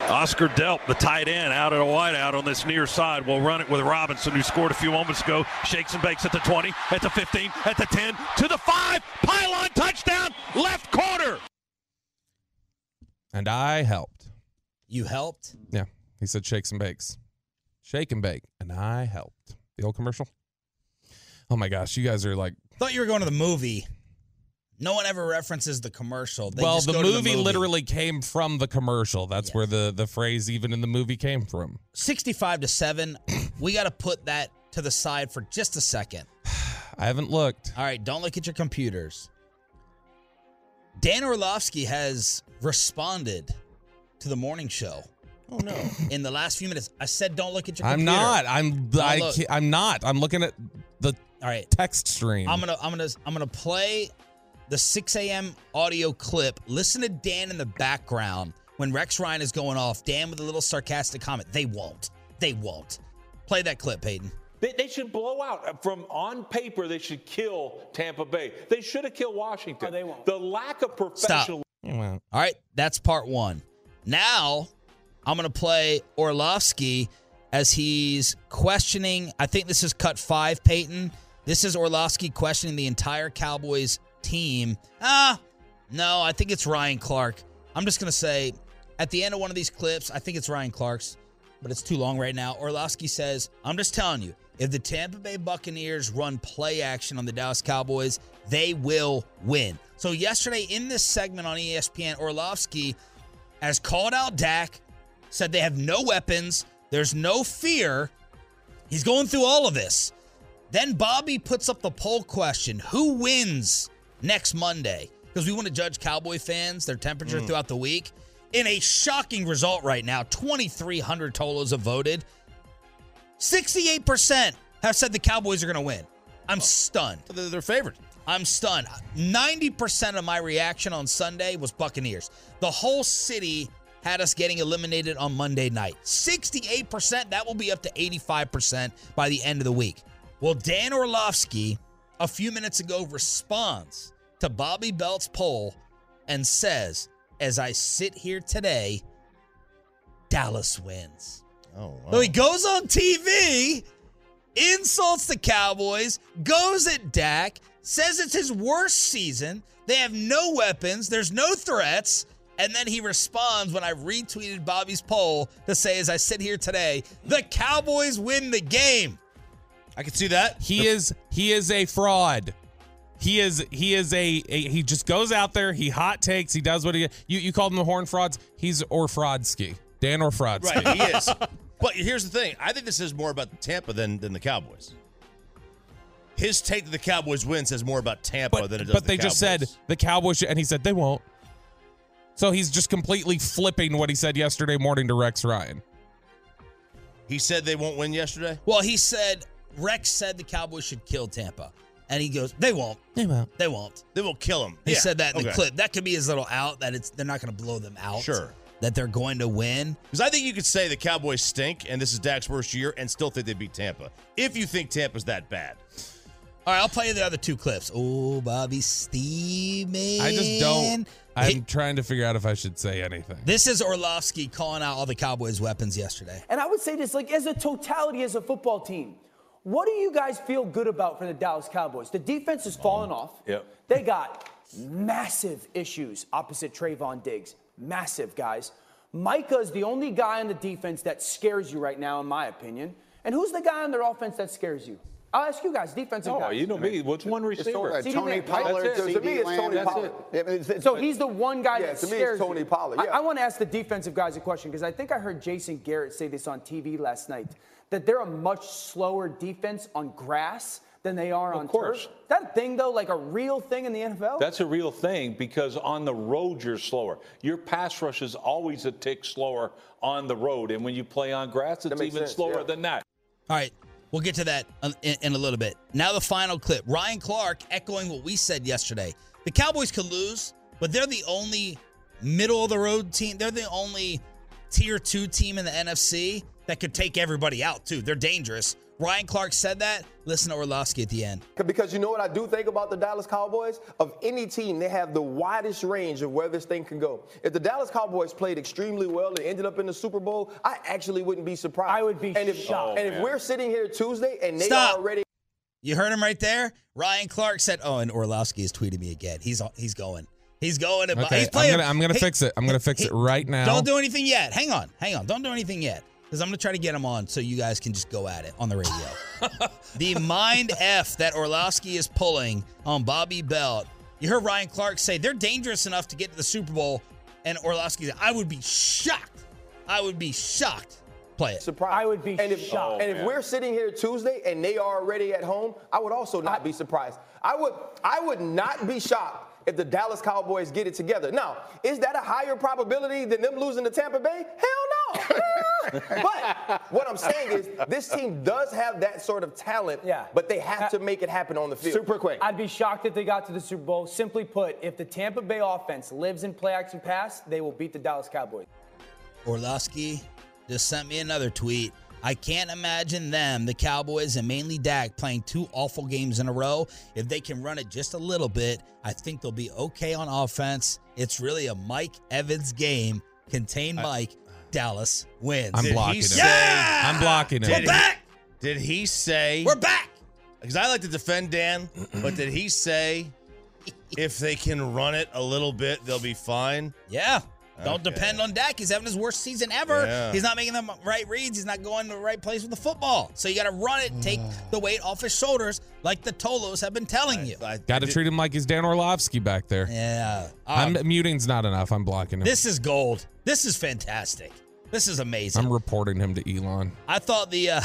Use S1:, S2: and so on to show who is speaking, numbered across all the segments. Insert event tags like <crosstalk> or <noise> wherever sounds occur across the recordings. S1: Oscar Delp, the tight end, out at a wideout on this near side, will run it with Robinson, who scored a few moments ago. Shakes and bakes at the 20, at the 15, at the 10, to the 5. Pylon touchdown, left corner.
S2: And I helped.
S3: You helped?
S2: Yeah. He said shakes and bakes. Shake and bake. And I helped. The old commercial. Oh my gosh, you guys are like
S3: Thought you were going to the movie. No one ever references the commercial. They
S2: well,
S3: just
S2: the
S3: go
S2: movie,
S3: to
S2: literally came from the commercial. That's where the the phrase even in the movie came from.
S3: 65 to 7. we got to put that to the side for just a second.
S2: I haven't looked.
S3: All right, don't look at your computers. Dan Orlovsky has responded to the morning show. Oh no. In the last few minutes, I said don't look at your
S2: I'm
S3: computer.
S2: not. I'm I
S3: look.
S2: can't, I'm not. I'm looking at the
S3: All right.
S2: text stream.
S3: I'm gonna I'm gonna I'm gonna play the 6 a.m. audio clip. Listen to Dan in the background when Rex Ryan is going off. Dan with a little sarcastic comment. They won't. They won't. Play that clip, Peyton.
S4: They, they should blow out. From on paper, they should kill Tampa Bay. They should have killed Washington. they won't. The lack of professionalism.
S2: Yeah, well,
S3: All right, that's part one. Now I'm gonna play Orlovsky as he's questioning. I think this is cut five, Peyton. This is Orlovsky questioning the entire Cowboys team. Ah, no, I think it's Ryan Clark. I'm just gonna say at the end of one of these clips, I think it's Ryan Clark's, but it's too long right now. Orlovsky says, I'm just telling you, if the Tampa Bay Buccaneers run play action on the Dallas Cowboys, they will win. So, yesterday in this segment on E ESPN, Orlovsky has called out Dak, said they have no weapons, there's no fear. He's going through all of this. Then Bobby puts up the poll question Who wins next Monday? Because we want to judge Cowboy fans, their temperature throughout the week. In a shocking result right now, 2,300 Tolos have voted. 68% have said the Cowboys are going to win. I'm stunned.
S5: They're, they're favored.
S3: I'm stunned. 90% of my reaction on Sunday was Buccaneers. The whole city had us getting eliminated on Monday night. 68%, that will be up to 85% by the end of the week. Well, Dan Orlovsky, a few minutes ago, responds to Bobby Belt's poll and says, As I sit here today, Dallas wins.
S5: Oh, wow.
S3: So he goes on TV, insults the Cowboys, goes at Dak, says it's his worst season. They have no weapons, there's no threats. And then he responds when I retweeted Bobby's poll to say, as I sit here today, the Cowboys win the game.
S5: I can see that.
S2: he is he is a fraud. He is he is a, a he just goes out there, he hot takes, he does what he you you called him the horn frauds. He's Orfrodsky. Dan Orfrodsky.
S5: Right, he is. But here's the thing. I think this says more about Tampa than, than the Cowboys. His take that the Cowboys win says more about Tampa
S2: But,
S5: than it does
S2: but
S5: the
S2: they just said
S5: Cowboys.
S2: the Cowboys, should- and he said they won't. So he's just completely flipping what he said yesterday morning to Rex Ryan.
S5: He said they won't win yesterday.
S3: Well, he said, Rex said the Cowboys should kill Tampa. And he goes, they won't.
S2: They won't.
S3: They won't.
S5: They will kill him.
S3: He
S5: Yeah,
S3: said that in the
S5: okay.
S3: clip. That could be his little out that it's they're not going to blow them out.
S5: Sure.
S3: That they're going to win.
S5: Because I think you could say the Cowboys stink and this is Dak's worst year and still think they beat Tampa. If you think Tampa's that bad.
S3: All right, I'll play you the other two clips. Oh, Bobby Steeman.
S2: I just don't. I'm
S3: Hey,
S2: trying to figure out if I should say anything.
S3: this is Orlovsky calling out all the Cowboys' weapons yesterday.
S6: And I would say this, like as a totality, as a football team, what do you guys feel good about for the Dallas Cowboys? The defense is falling off.
S4: Oh, Yep.
S6: They got massive issues opposite Trayvon Diggs. Massive, guys. Micah is the only guy on the defense that scares you right now, in my opinion. And who's the guy on their offense that scares you? I'll ask you guys, defensive
S4: No,
S6: guys.
S4: Oh, you know me. What's one
S7: It's Tony,
S4: receiver?
S6: See,
S7: Uh, Tony
S6: Lamb. That's
S7: Pollard.
S4: it. So to
S7: CD
S4: me, it's
S7: Lamb.
S4: Tony
S7: That's
S4: Pollard.
S7: it. Yeah, I mean, it's-
S6: So he's the one guy
S7: yeah,
S6: that
S7: to me,
S6: scares
S7: it's Tony
S6: you.
S7: Pollard.
S6: I-
S7: Yeah.
S6: I, want to ask the defensive guys a question because I think I heard Jason Garrett say this on TV last night that they're a much slower defense on grass than they are
S4: Of
S6: on
S4: course.
S6: turf. That thing though, like a real thing in the NFL.
S4: That's a real thing because on the road you're slower. Your pass rush is always a tick slower on the road, and when you play on grass, it's
S7: makes
S4: even
S7: sense,
S4: slower
S7: yeah.
S4: than that.
S3: All right, we'll get to that uh, in, in a little bit. Now, the final clip. Ryan Clark echoing what we said yesterday. The Cowboys could lose, but they're the only middle of the road team. They're the only tier two team in the NFC that could take everybody out, too. They're dangerous. Ryan Clark said that. Listen to Orlovsky at the end.
S7: Because you know what I do think about the Dallas Cowboys? Of any team, they have the widest range of where this thing can go. If the Dallas Cowboys played extremely well and ended up in the Super Bowl, I actually wouldn't be surprised.
S6: I would be
S7: and if,
S6: shocked.
S7: And if we're sitting here Tuesday and they
S3: Stop.
S7: are already
S3: You heard him right there. Ryan Clark said, "Oh, and Orlovsky is tweating me again. He's he's going. He's going. To,
S2: Okay,
S3: he's
S2: I'm
S3: playing.
S2: gonna- I'm gonna fix it. I'm gonna fix it right now.
S3: Don't do anything yet. Hang on, hang on. Don't do anything yet, because I'm gonna try to get him on so you guys can just go at it on the radio.
S2: <laughs>
S3: the mind f that Orlovsky is pulling on Bobby Belt. You heard Ryan Clark say they're dangerous enough to get to the Super Bowl, and Orlovsky. said, I would be shocked. I would be shocked. Play it.
S7: surprised,
S6: I would be
S7: and if,
S6: shocked.
S7: And if
S4: man.
S7: we're sitting here Tuesday and they are already at home, I would also not be surprised. I would I would not be shocked if the Dallas Cowboys get it together. Now, is that a higher probability than them losing to Tampa Bay? Hell
S6: <laughs>
S7: no. but what I'm saying is this team does have that sort of talent,
S6: Yeah. Uh,
S7: but they have to make it happen on the field. Super quick.
S6: I'd be shocked if they got to the Super Bowl. Simply put, if the Tampa Bay offense lives in play action pass, they will beat the Dallas Cowboys.
S3: Orlovsky just sent me another tweet. I can't imagine them, the Cowboys and mainly Dak, playing two awful games in a row. If they can run it just a little bit, I think they'll be okay on offense. It's really a Mike Evans game. Contain Mike. Dallas wins.
S2: I'm
S5: Did
S2: blocking
S5: he
S2: him.
S5: say-
S3: Yeah!
S2: I'm blocking him.
S5: Did
S3: We're
S5: he-
S3: back.
S5: Did he say?
S3: We're back.
S5: Because I like to defend Dan, but did he say if they can run it a little bit, they'll be fine?
S3: Yeah. Don't
S5: Okay.
S3: depend on Dak. He's having his worst season ever.
S5: Yeah.
S3: He's not making the right reads. He's not going to the right place with the football. So you got to run it,
S5: <sighs>
S3: take the weight off his shoulders, like the Tolos have been telling you.
S5: I-
S2: Got to
S5: did-
S2: treat him like he's Dan Orlovsky back there.
S3: Yeah. Um,
S2: I'm muting's not enough. I'm blocking him.
S3: this is gold. This is fantastic. This is amazing.
S2: I'm reporting him to Elon.
S3: I thought the uh,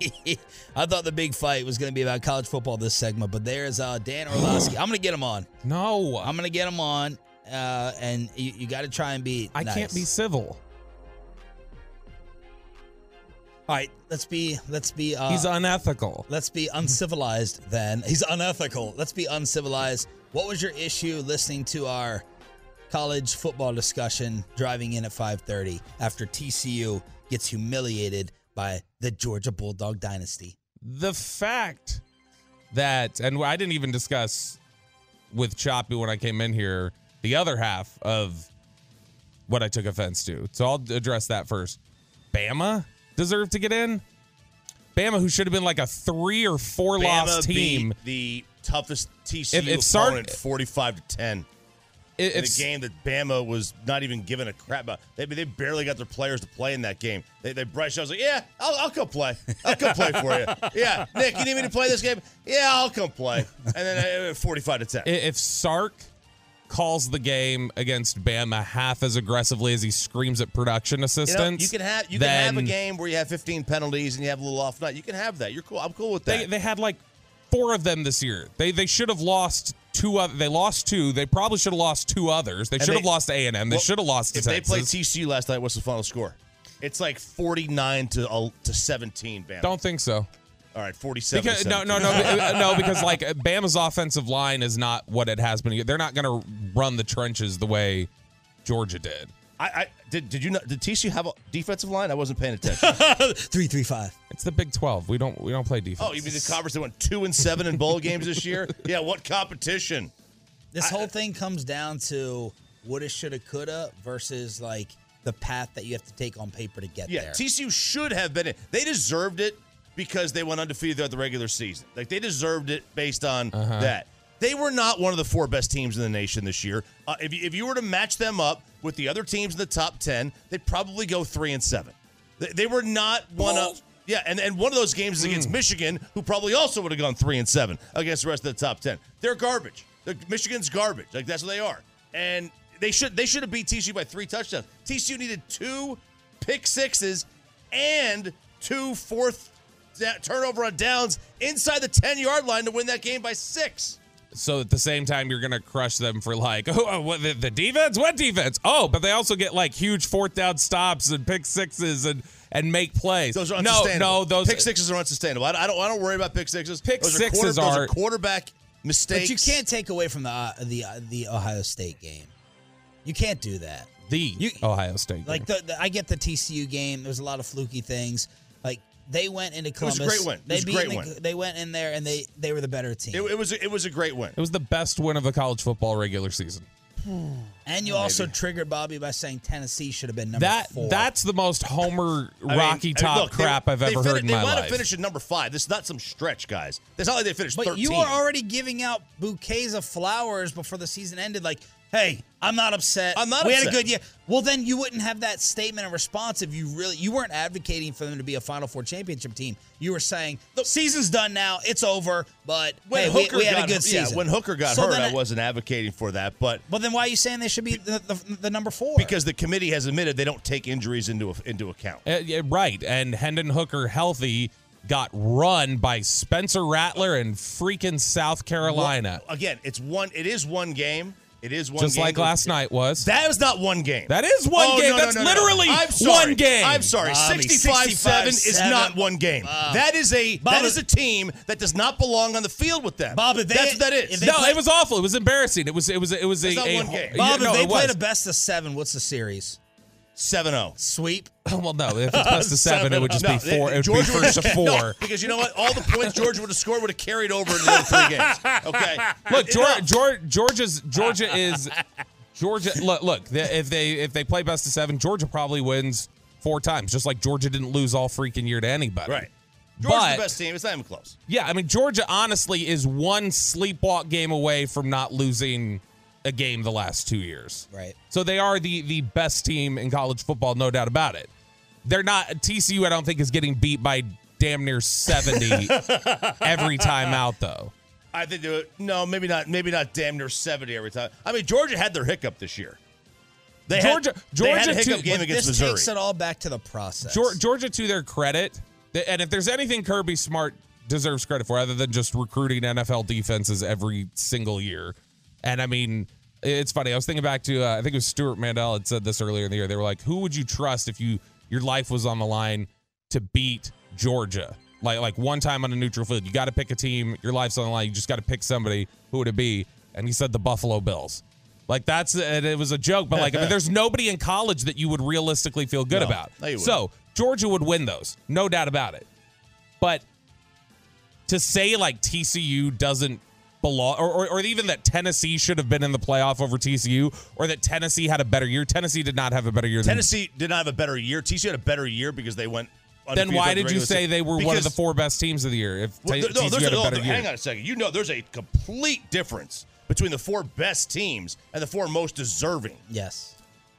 S3: <laughs> I thought the big fight was going to be about college football this segment, but there's uh, Dan Orlovsky. I'm going to get him on.
S2: No,
S3: I'm going to get him on, uh, and you, you got to try and beat.
S2: I
S3: Nice.
S2: can't be civil.
S3: All right, let's be. Let's be. Uh,
S2: He's unethical.
S3: Let's be uncivilized then. He's unethical. Let's be uncivilized. What was your issue listening to our college football discussion driving in at 5:30 after TCU gets humiliated by the Georgia Bulldog dynasty?
S2: the fact that, and I didn't even discuss with Choppy when I came in here the other half of what I took offense to. So I'll address that first. Bama deserved to get in. Bama, who should have been like a three or four
S5: Bama
S2: loss team.
S5: beat the toughest TCU
S2: If- if Sar-
S5: opponent, 45 to 10.
S2: It-
S5: in a
S2: it's-
S5: game that Bama was not even giving a crap about. They, they barely got their players to play in that game. They, they brushed. I was like, yeah, I'll, I'll come play. I'll come play
S2: <laughs>
S5: for you. Yeah, Nick, you need me to play this game? Yeah, I'll come play. And then uh, 45 to 10.
S2: I- if Sark calls the game against Bama half as aggressively as he screams at production
S5: you, know,
S2: assistants,
S5: you can have you can have a
S2: then
S5: game where you have 15 penalties and you have a little off night. You can have that. You're cool. I'm cool with that.
S2: They, they had like four of them this year. They they should have lost two. Other, they lost two. They probably should have lost two others. They should have
S5: they-
S2: lost to A and M. They
S5: Well,
S2: should have lost to
S5: If they
S2: Texas.
S5: played TCU last night, what's the final score? It's like 49 to uh, to 17. Bama.
S2: Don't think so.
S5: All right, 47. to
S2: Because no
S5: 17.
S2: no
S5: <laughs>
S2: no uh, no because like Bama's offensive line is not what it has been. They're not going to run the trenches the way Georgia did.
S5: I, I did. Did you not? Did TCU have a defensive line? I wasn't paying attention.
S3: 335.
S2: It's the Big Twelve. We don't we don't play defense.
S5: Oh, you mean the Cobras that went two and seven in bowl games this year? Yeah, what competition?
S3: This whole thing comes down to woulda shoulda coulda versus like the path that you have to take on paper to get
S5: Yeah,
S3: there.
S5: TCU should have been in. They deserved it because they went undefeated throughout the regular season. Like they deserved it based on
S3: Uh-huh.
S5: that. They were not one of the four best teams in the nation this year. Uh, if, you, if you were to match them up with the other teams in the top ten, they'd probably go three and seven. They, they were not one of. Yeah, and, and one of those games
S3: Hmm.
S5: is against Michigan, who probably also would have gone three and seven against the rest of the top ten. They're garbage. They're, Michigan's garbage. Like that's what they are. And they should they should have beat TCU by three touchdowns. TCU needed two pick sixes and two fourth da- turnover on downs inside the ten yard line to win that game by six.
S2: so at the same time you're gonna crush them for like <laughs> oh uh, what, the, the defense what defense oh but they also get like huge fourth down stops and pick sixes and and make plays
S5: Those are
S2: no
S5: unsustainable.
S2: no those
S5: pick sixes are unsustainable. I don't I don't, I don't worry about pick sixes.
S2: Pick
S5: those
S2: sixes
S5: are, quarter- those
S2: are-
S5: quarterback
S3: But
S5: mistakes.
S3: you can't take away from the uh, the uh, the Ohio State game. You can't do that.
S2: the
S3: You-
S2: Ohio State
S3: Like
S2: game.
S3: the, the I get the TCU game. There's a lot of fluky things. Like They went into
S5: was
S3: Columbus.
S5: a great win. It
S3: They
S5: was a
S3: beat
S5: great
S3: the-
S5: win.
S3: They went in there and they they were the better team.
S5: It, it was it was a great win.
S2: It was the best win of the college football regular season.
S3: and you also triggered Bobby by saying Tennessee should have been number
S2: That
S3: four.
S2: that's the most Homer
S5: <laughs> I mean,
S2: Rocky
S5: I mean,
S2: Top
S5: look, they-
S2: crap I've
S5: they
S2: ever
S5: fin-
S2: heard in
S5: they
S2: my
S5: wound up
S2: life.
S5: finishing number five. This is not some stretch, guys. It's not like they finished
S3: But
S5: 13.
S3: you are already giving out bouquets of flowers before the season ended. Like, hey, I'm not upset.
S5: I'm not
S3: We had a
S5: upset.
S3: good year. Well, then you wouldn't have that statement and response if you really you weren't advocating for them to be a Final Four championship team. You were saying the season's done now. It's over. But
S5: when
S3: hey, we-
S5: Hooker
S3: we, had
S5: got-
S3: a good
S5: yeah,
S3: season.
S5: when Hooker got
S3: So
S5: hurt,
S3: then
S5: I wasn't advocating for that, but
S3: Well, then why are you saying they should be the, the, the number four?
S5: because the committee has admitted they don't take injuries into into account.
S2: Uh, yeah, right. And Hendon Hooker healthy got run by Spencer Rattler in freaking South Carolina.
S5: Again, it's one. It is one game. It is one.
S2: Just
S5: game.
S2: like last night was.
S5: That is not one game. Oh,
S2: That is one
S5: one
S2: game. That's literally
S5: I'm sorry.
S2: one game.
S5: I'm sorry.
S3: Bobby,
S5: 65-7 is
S3: 65-7.
S5: not one game. That is a that
S3: Bobby-
S5: is a team that does not belong on the field with them.
S3: Bob, if they-
S5: that's what that
S3: if
S5: is.
S3: they
S2: no,
S3: play-
S2: it was awful. It was embarrassing. It was it was it was a,
S5: That's not
S2: a
S5: one
S2: ho-
S5: game.
S2: Yeah,
S3: Bob,
S2: no,
S3: if they
S2: it
S3: played
S2: was.
S3: a best of seven, what's the series?
S5: 7-0.
S3: Sweep.
S2: well, no, if it's best of seven, it would just
S5: No,
S2: be
S5: they-
S2: four. It would
S5: Georgia
S2: be
S5: would
S2: first
S5: just-
S2: to <laughs>
S5: <laughs>
S2: four.
S5: Because you know what? All the points Georgia would have scored would have carried over into the other three
S3: <laughs>
S5: games. Okay.
S2: Look, Georgia, Georgia, Georgia's Georgia is Georgia. Look, look. the- If they if they play best of seven, Georgia probably wins four times. Just like Georgia didn't lose all freaking year to anybody.
S5: Right. Georgia's
S2: But
S5: the best team. It's not even close.
S2: yeah, I mean Georgia honestly is one sleepwalk game away from not losing a game the last two years.
S3: Right.
S2: So they are the the best team in college football, no doubt about it. They're not TCU. I don't think is getting beat by damn near seventy every time out though.
S5: I think they were, no, maybe not. Maybe not. Damn near seventy every time. I mean, Georgia had their hiccup this year. They
S2: Georgia-
S5: had, they had a
S2: Georgia,
S5: hiccup
S2: too,
S5: game
S2: but
S5: against
S3: this
S5: Missouri.
S3: takes it all back to the process.
S2: Geor- Georgia, to their credit, th- and if there's anything Kirby Smart deserves credit for, other than just recruiting NFL defenses every single year, and I mean, it's funny. I was thinking back to uh, I think it was Stuart Mandel had said this earlier in the year. They were like, "Who would you trust if you your life was on the line to beat Georgia?" Like like one time on a neutral field, you got to pick a team. Your life's on the line. You just got to pick somebody. Who would it be? And he said the Buffalo Bills. Like that's and it was a joke, but like I mean, there's nobody in college that you would realistically feel good
S5: No,
S2: about.
S5: no, you wouldn't.
S2: so Georgia would win those, no doubt about it. But to say like TCU doesn't belong, or, or, or even that Tennessee should have been in the playoff over TCU, or that Tennessee had a better year. Tennessee did not have a better year than
S5: Tennessee did not have a better year. TCU had a better year because they went.
S2: Then
S5: undefeated
S2: why
S5: throughout the
S2: did you
S5: regular
S2: say
S5: season.
S2: they were one of
S5: Because-
S2: the four best teams of the year? If
S5: Well,
S2: T-
S5: there- no,
S2: TCU
S5: there's
S2: had
S5: a,
S2: a
S5: no,
S2: better
S5: there-
S2: year,
S5: hang on a second. You know, there's a complete difference between the four best teams and the four most deserving.
S3: yes.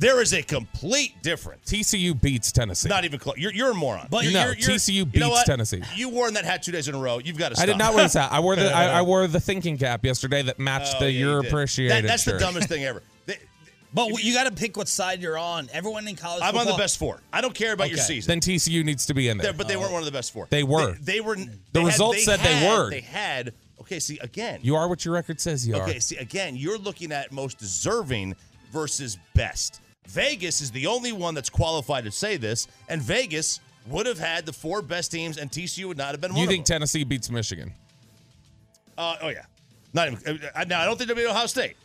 S5: There is a complete difference.
S2: TCU beats Tennessee.
S5: Not even close. You're, you're a moron.
S3: But
S2: No,
S5: you're, you're-
S2: TCU
S5: you know
S2: beats
S5: what?
S2: Tennessee.
S5: You worn that hat two days in a row. You've got to
S2: I
S5: stop.
S2: did not
S5: <laughs>
S2: wear this hat. I wore the I, I wore the thinking cap yesterday that matched
S5: Oh,
S2: the
S5: yeah, you
S2: You're
S5: did.
S2: Appreciated.
S5: That- that's the
S2: shirt.
S5: dumbest thing ever. They-
S3: But you got to pick what side you're on. Everyone in college.
S5: I'm on the
S3: football-
S5: best four. I don't care about your
S3: Okay.
S5: season.
S2: Then TCU needs to be in there.
S5: They're- but they weren't one of the best four.
S2: They were.
S5: They, they were. The
S2: results said they were.
S5: They had. Okay. See again.
S2: you are what your record says you are.
S5: Okay, see, again, you're looking at most deserving versus best. Vegas is the only one that's qualified to say this, and Vegas would have had the four best teams, and TCU would not have been one
S2: You
S5: of
S2: think
S5: them.
S2: Tennessee beats Michigan?
S5: uh, oh yeah, not even. uh, Now I don't think they beat Ohio State.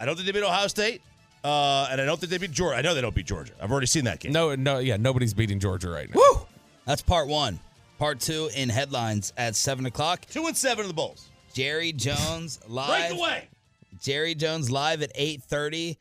S5: I don't think they beat Ohio State, uh, and I don't think they beat Georgia. I know they don't beat Georgia. I've already seen that game.
S2: No, no, yeah, nobody's beating Georgia right now.
S3: That's part one. Part two in headlines at seven o'clock.
S5: Two and seven of the Bulls.
S3: Jerry Jones
S5: Break
S3: live.
S5: away.
S3: Jerry Jones live at eight thirty.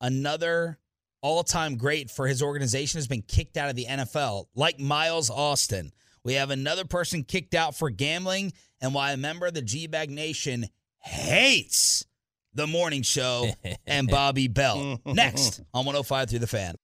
S3: Another all-time great for his organization has been kicked out of the NFL, like Miles Austin. We have another person kicked out for gambling, and why a member of the G-Bag Nation hates the morning show and Bobby Bell. Next on 105 through the fan.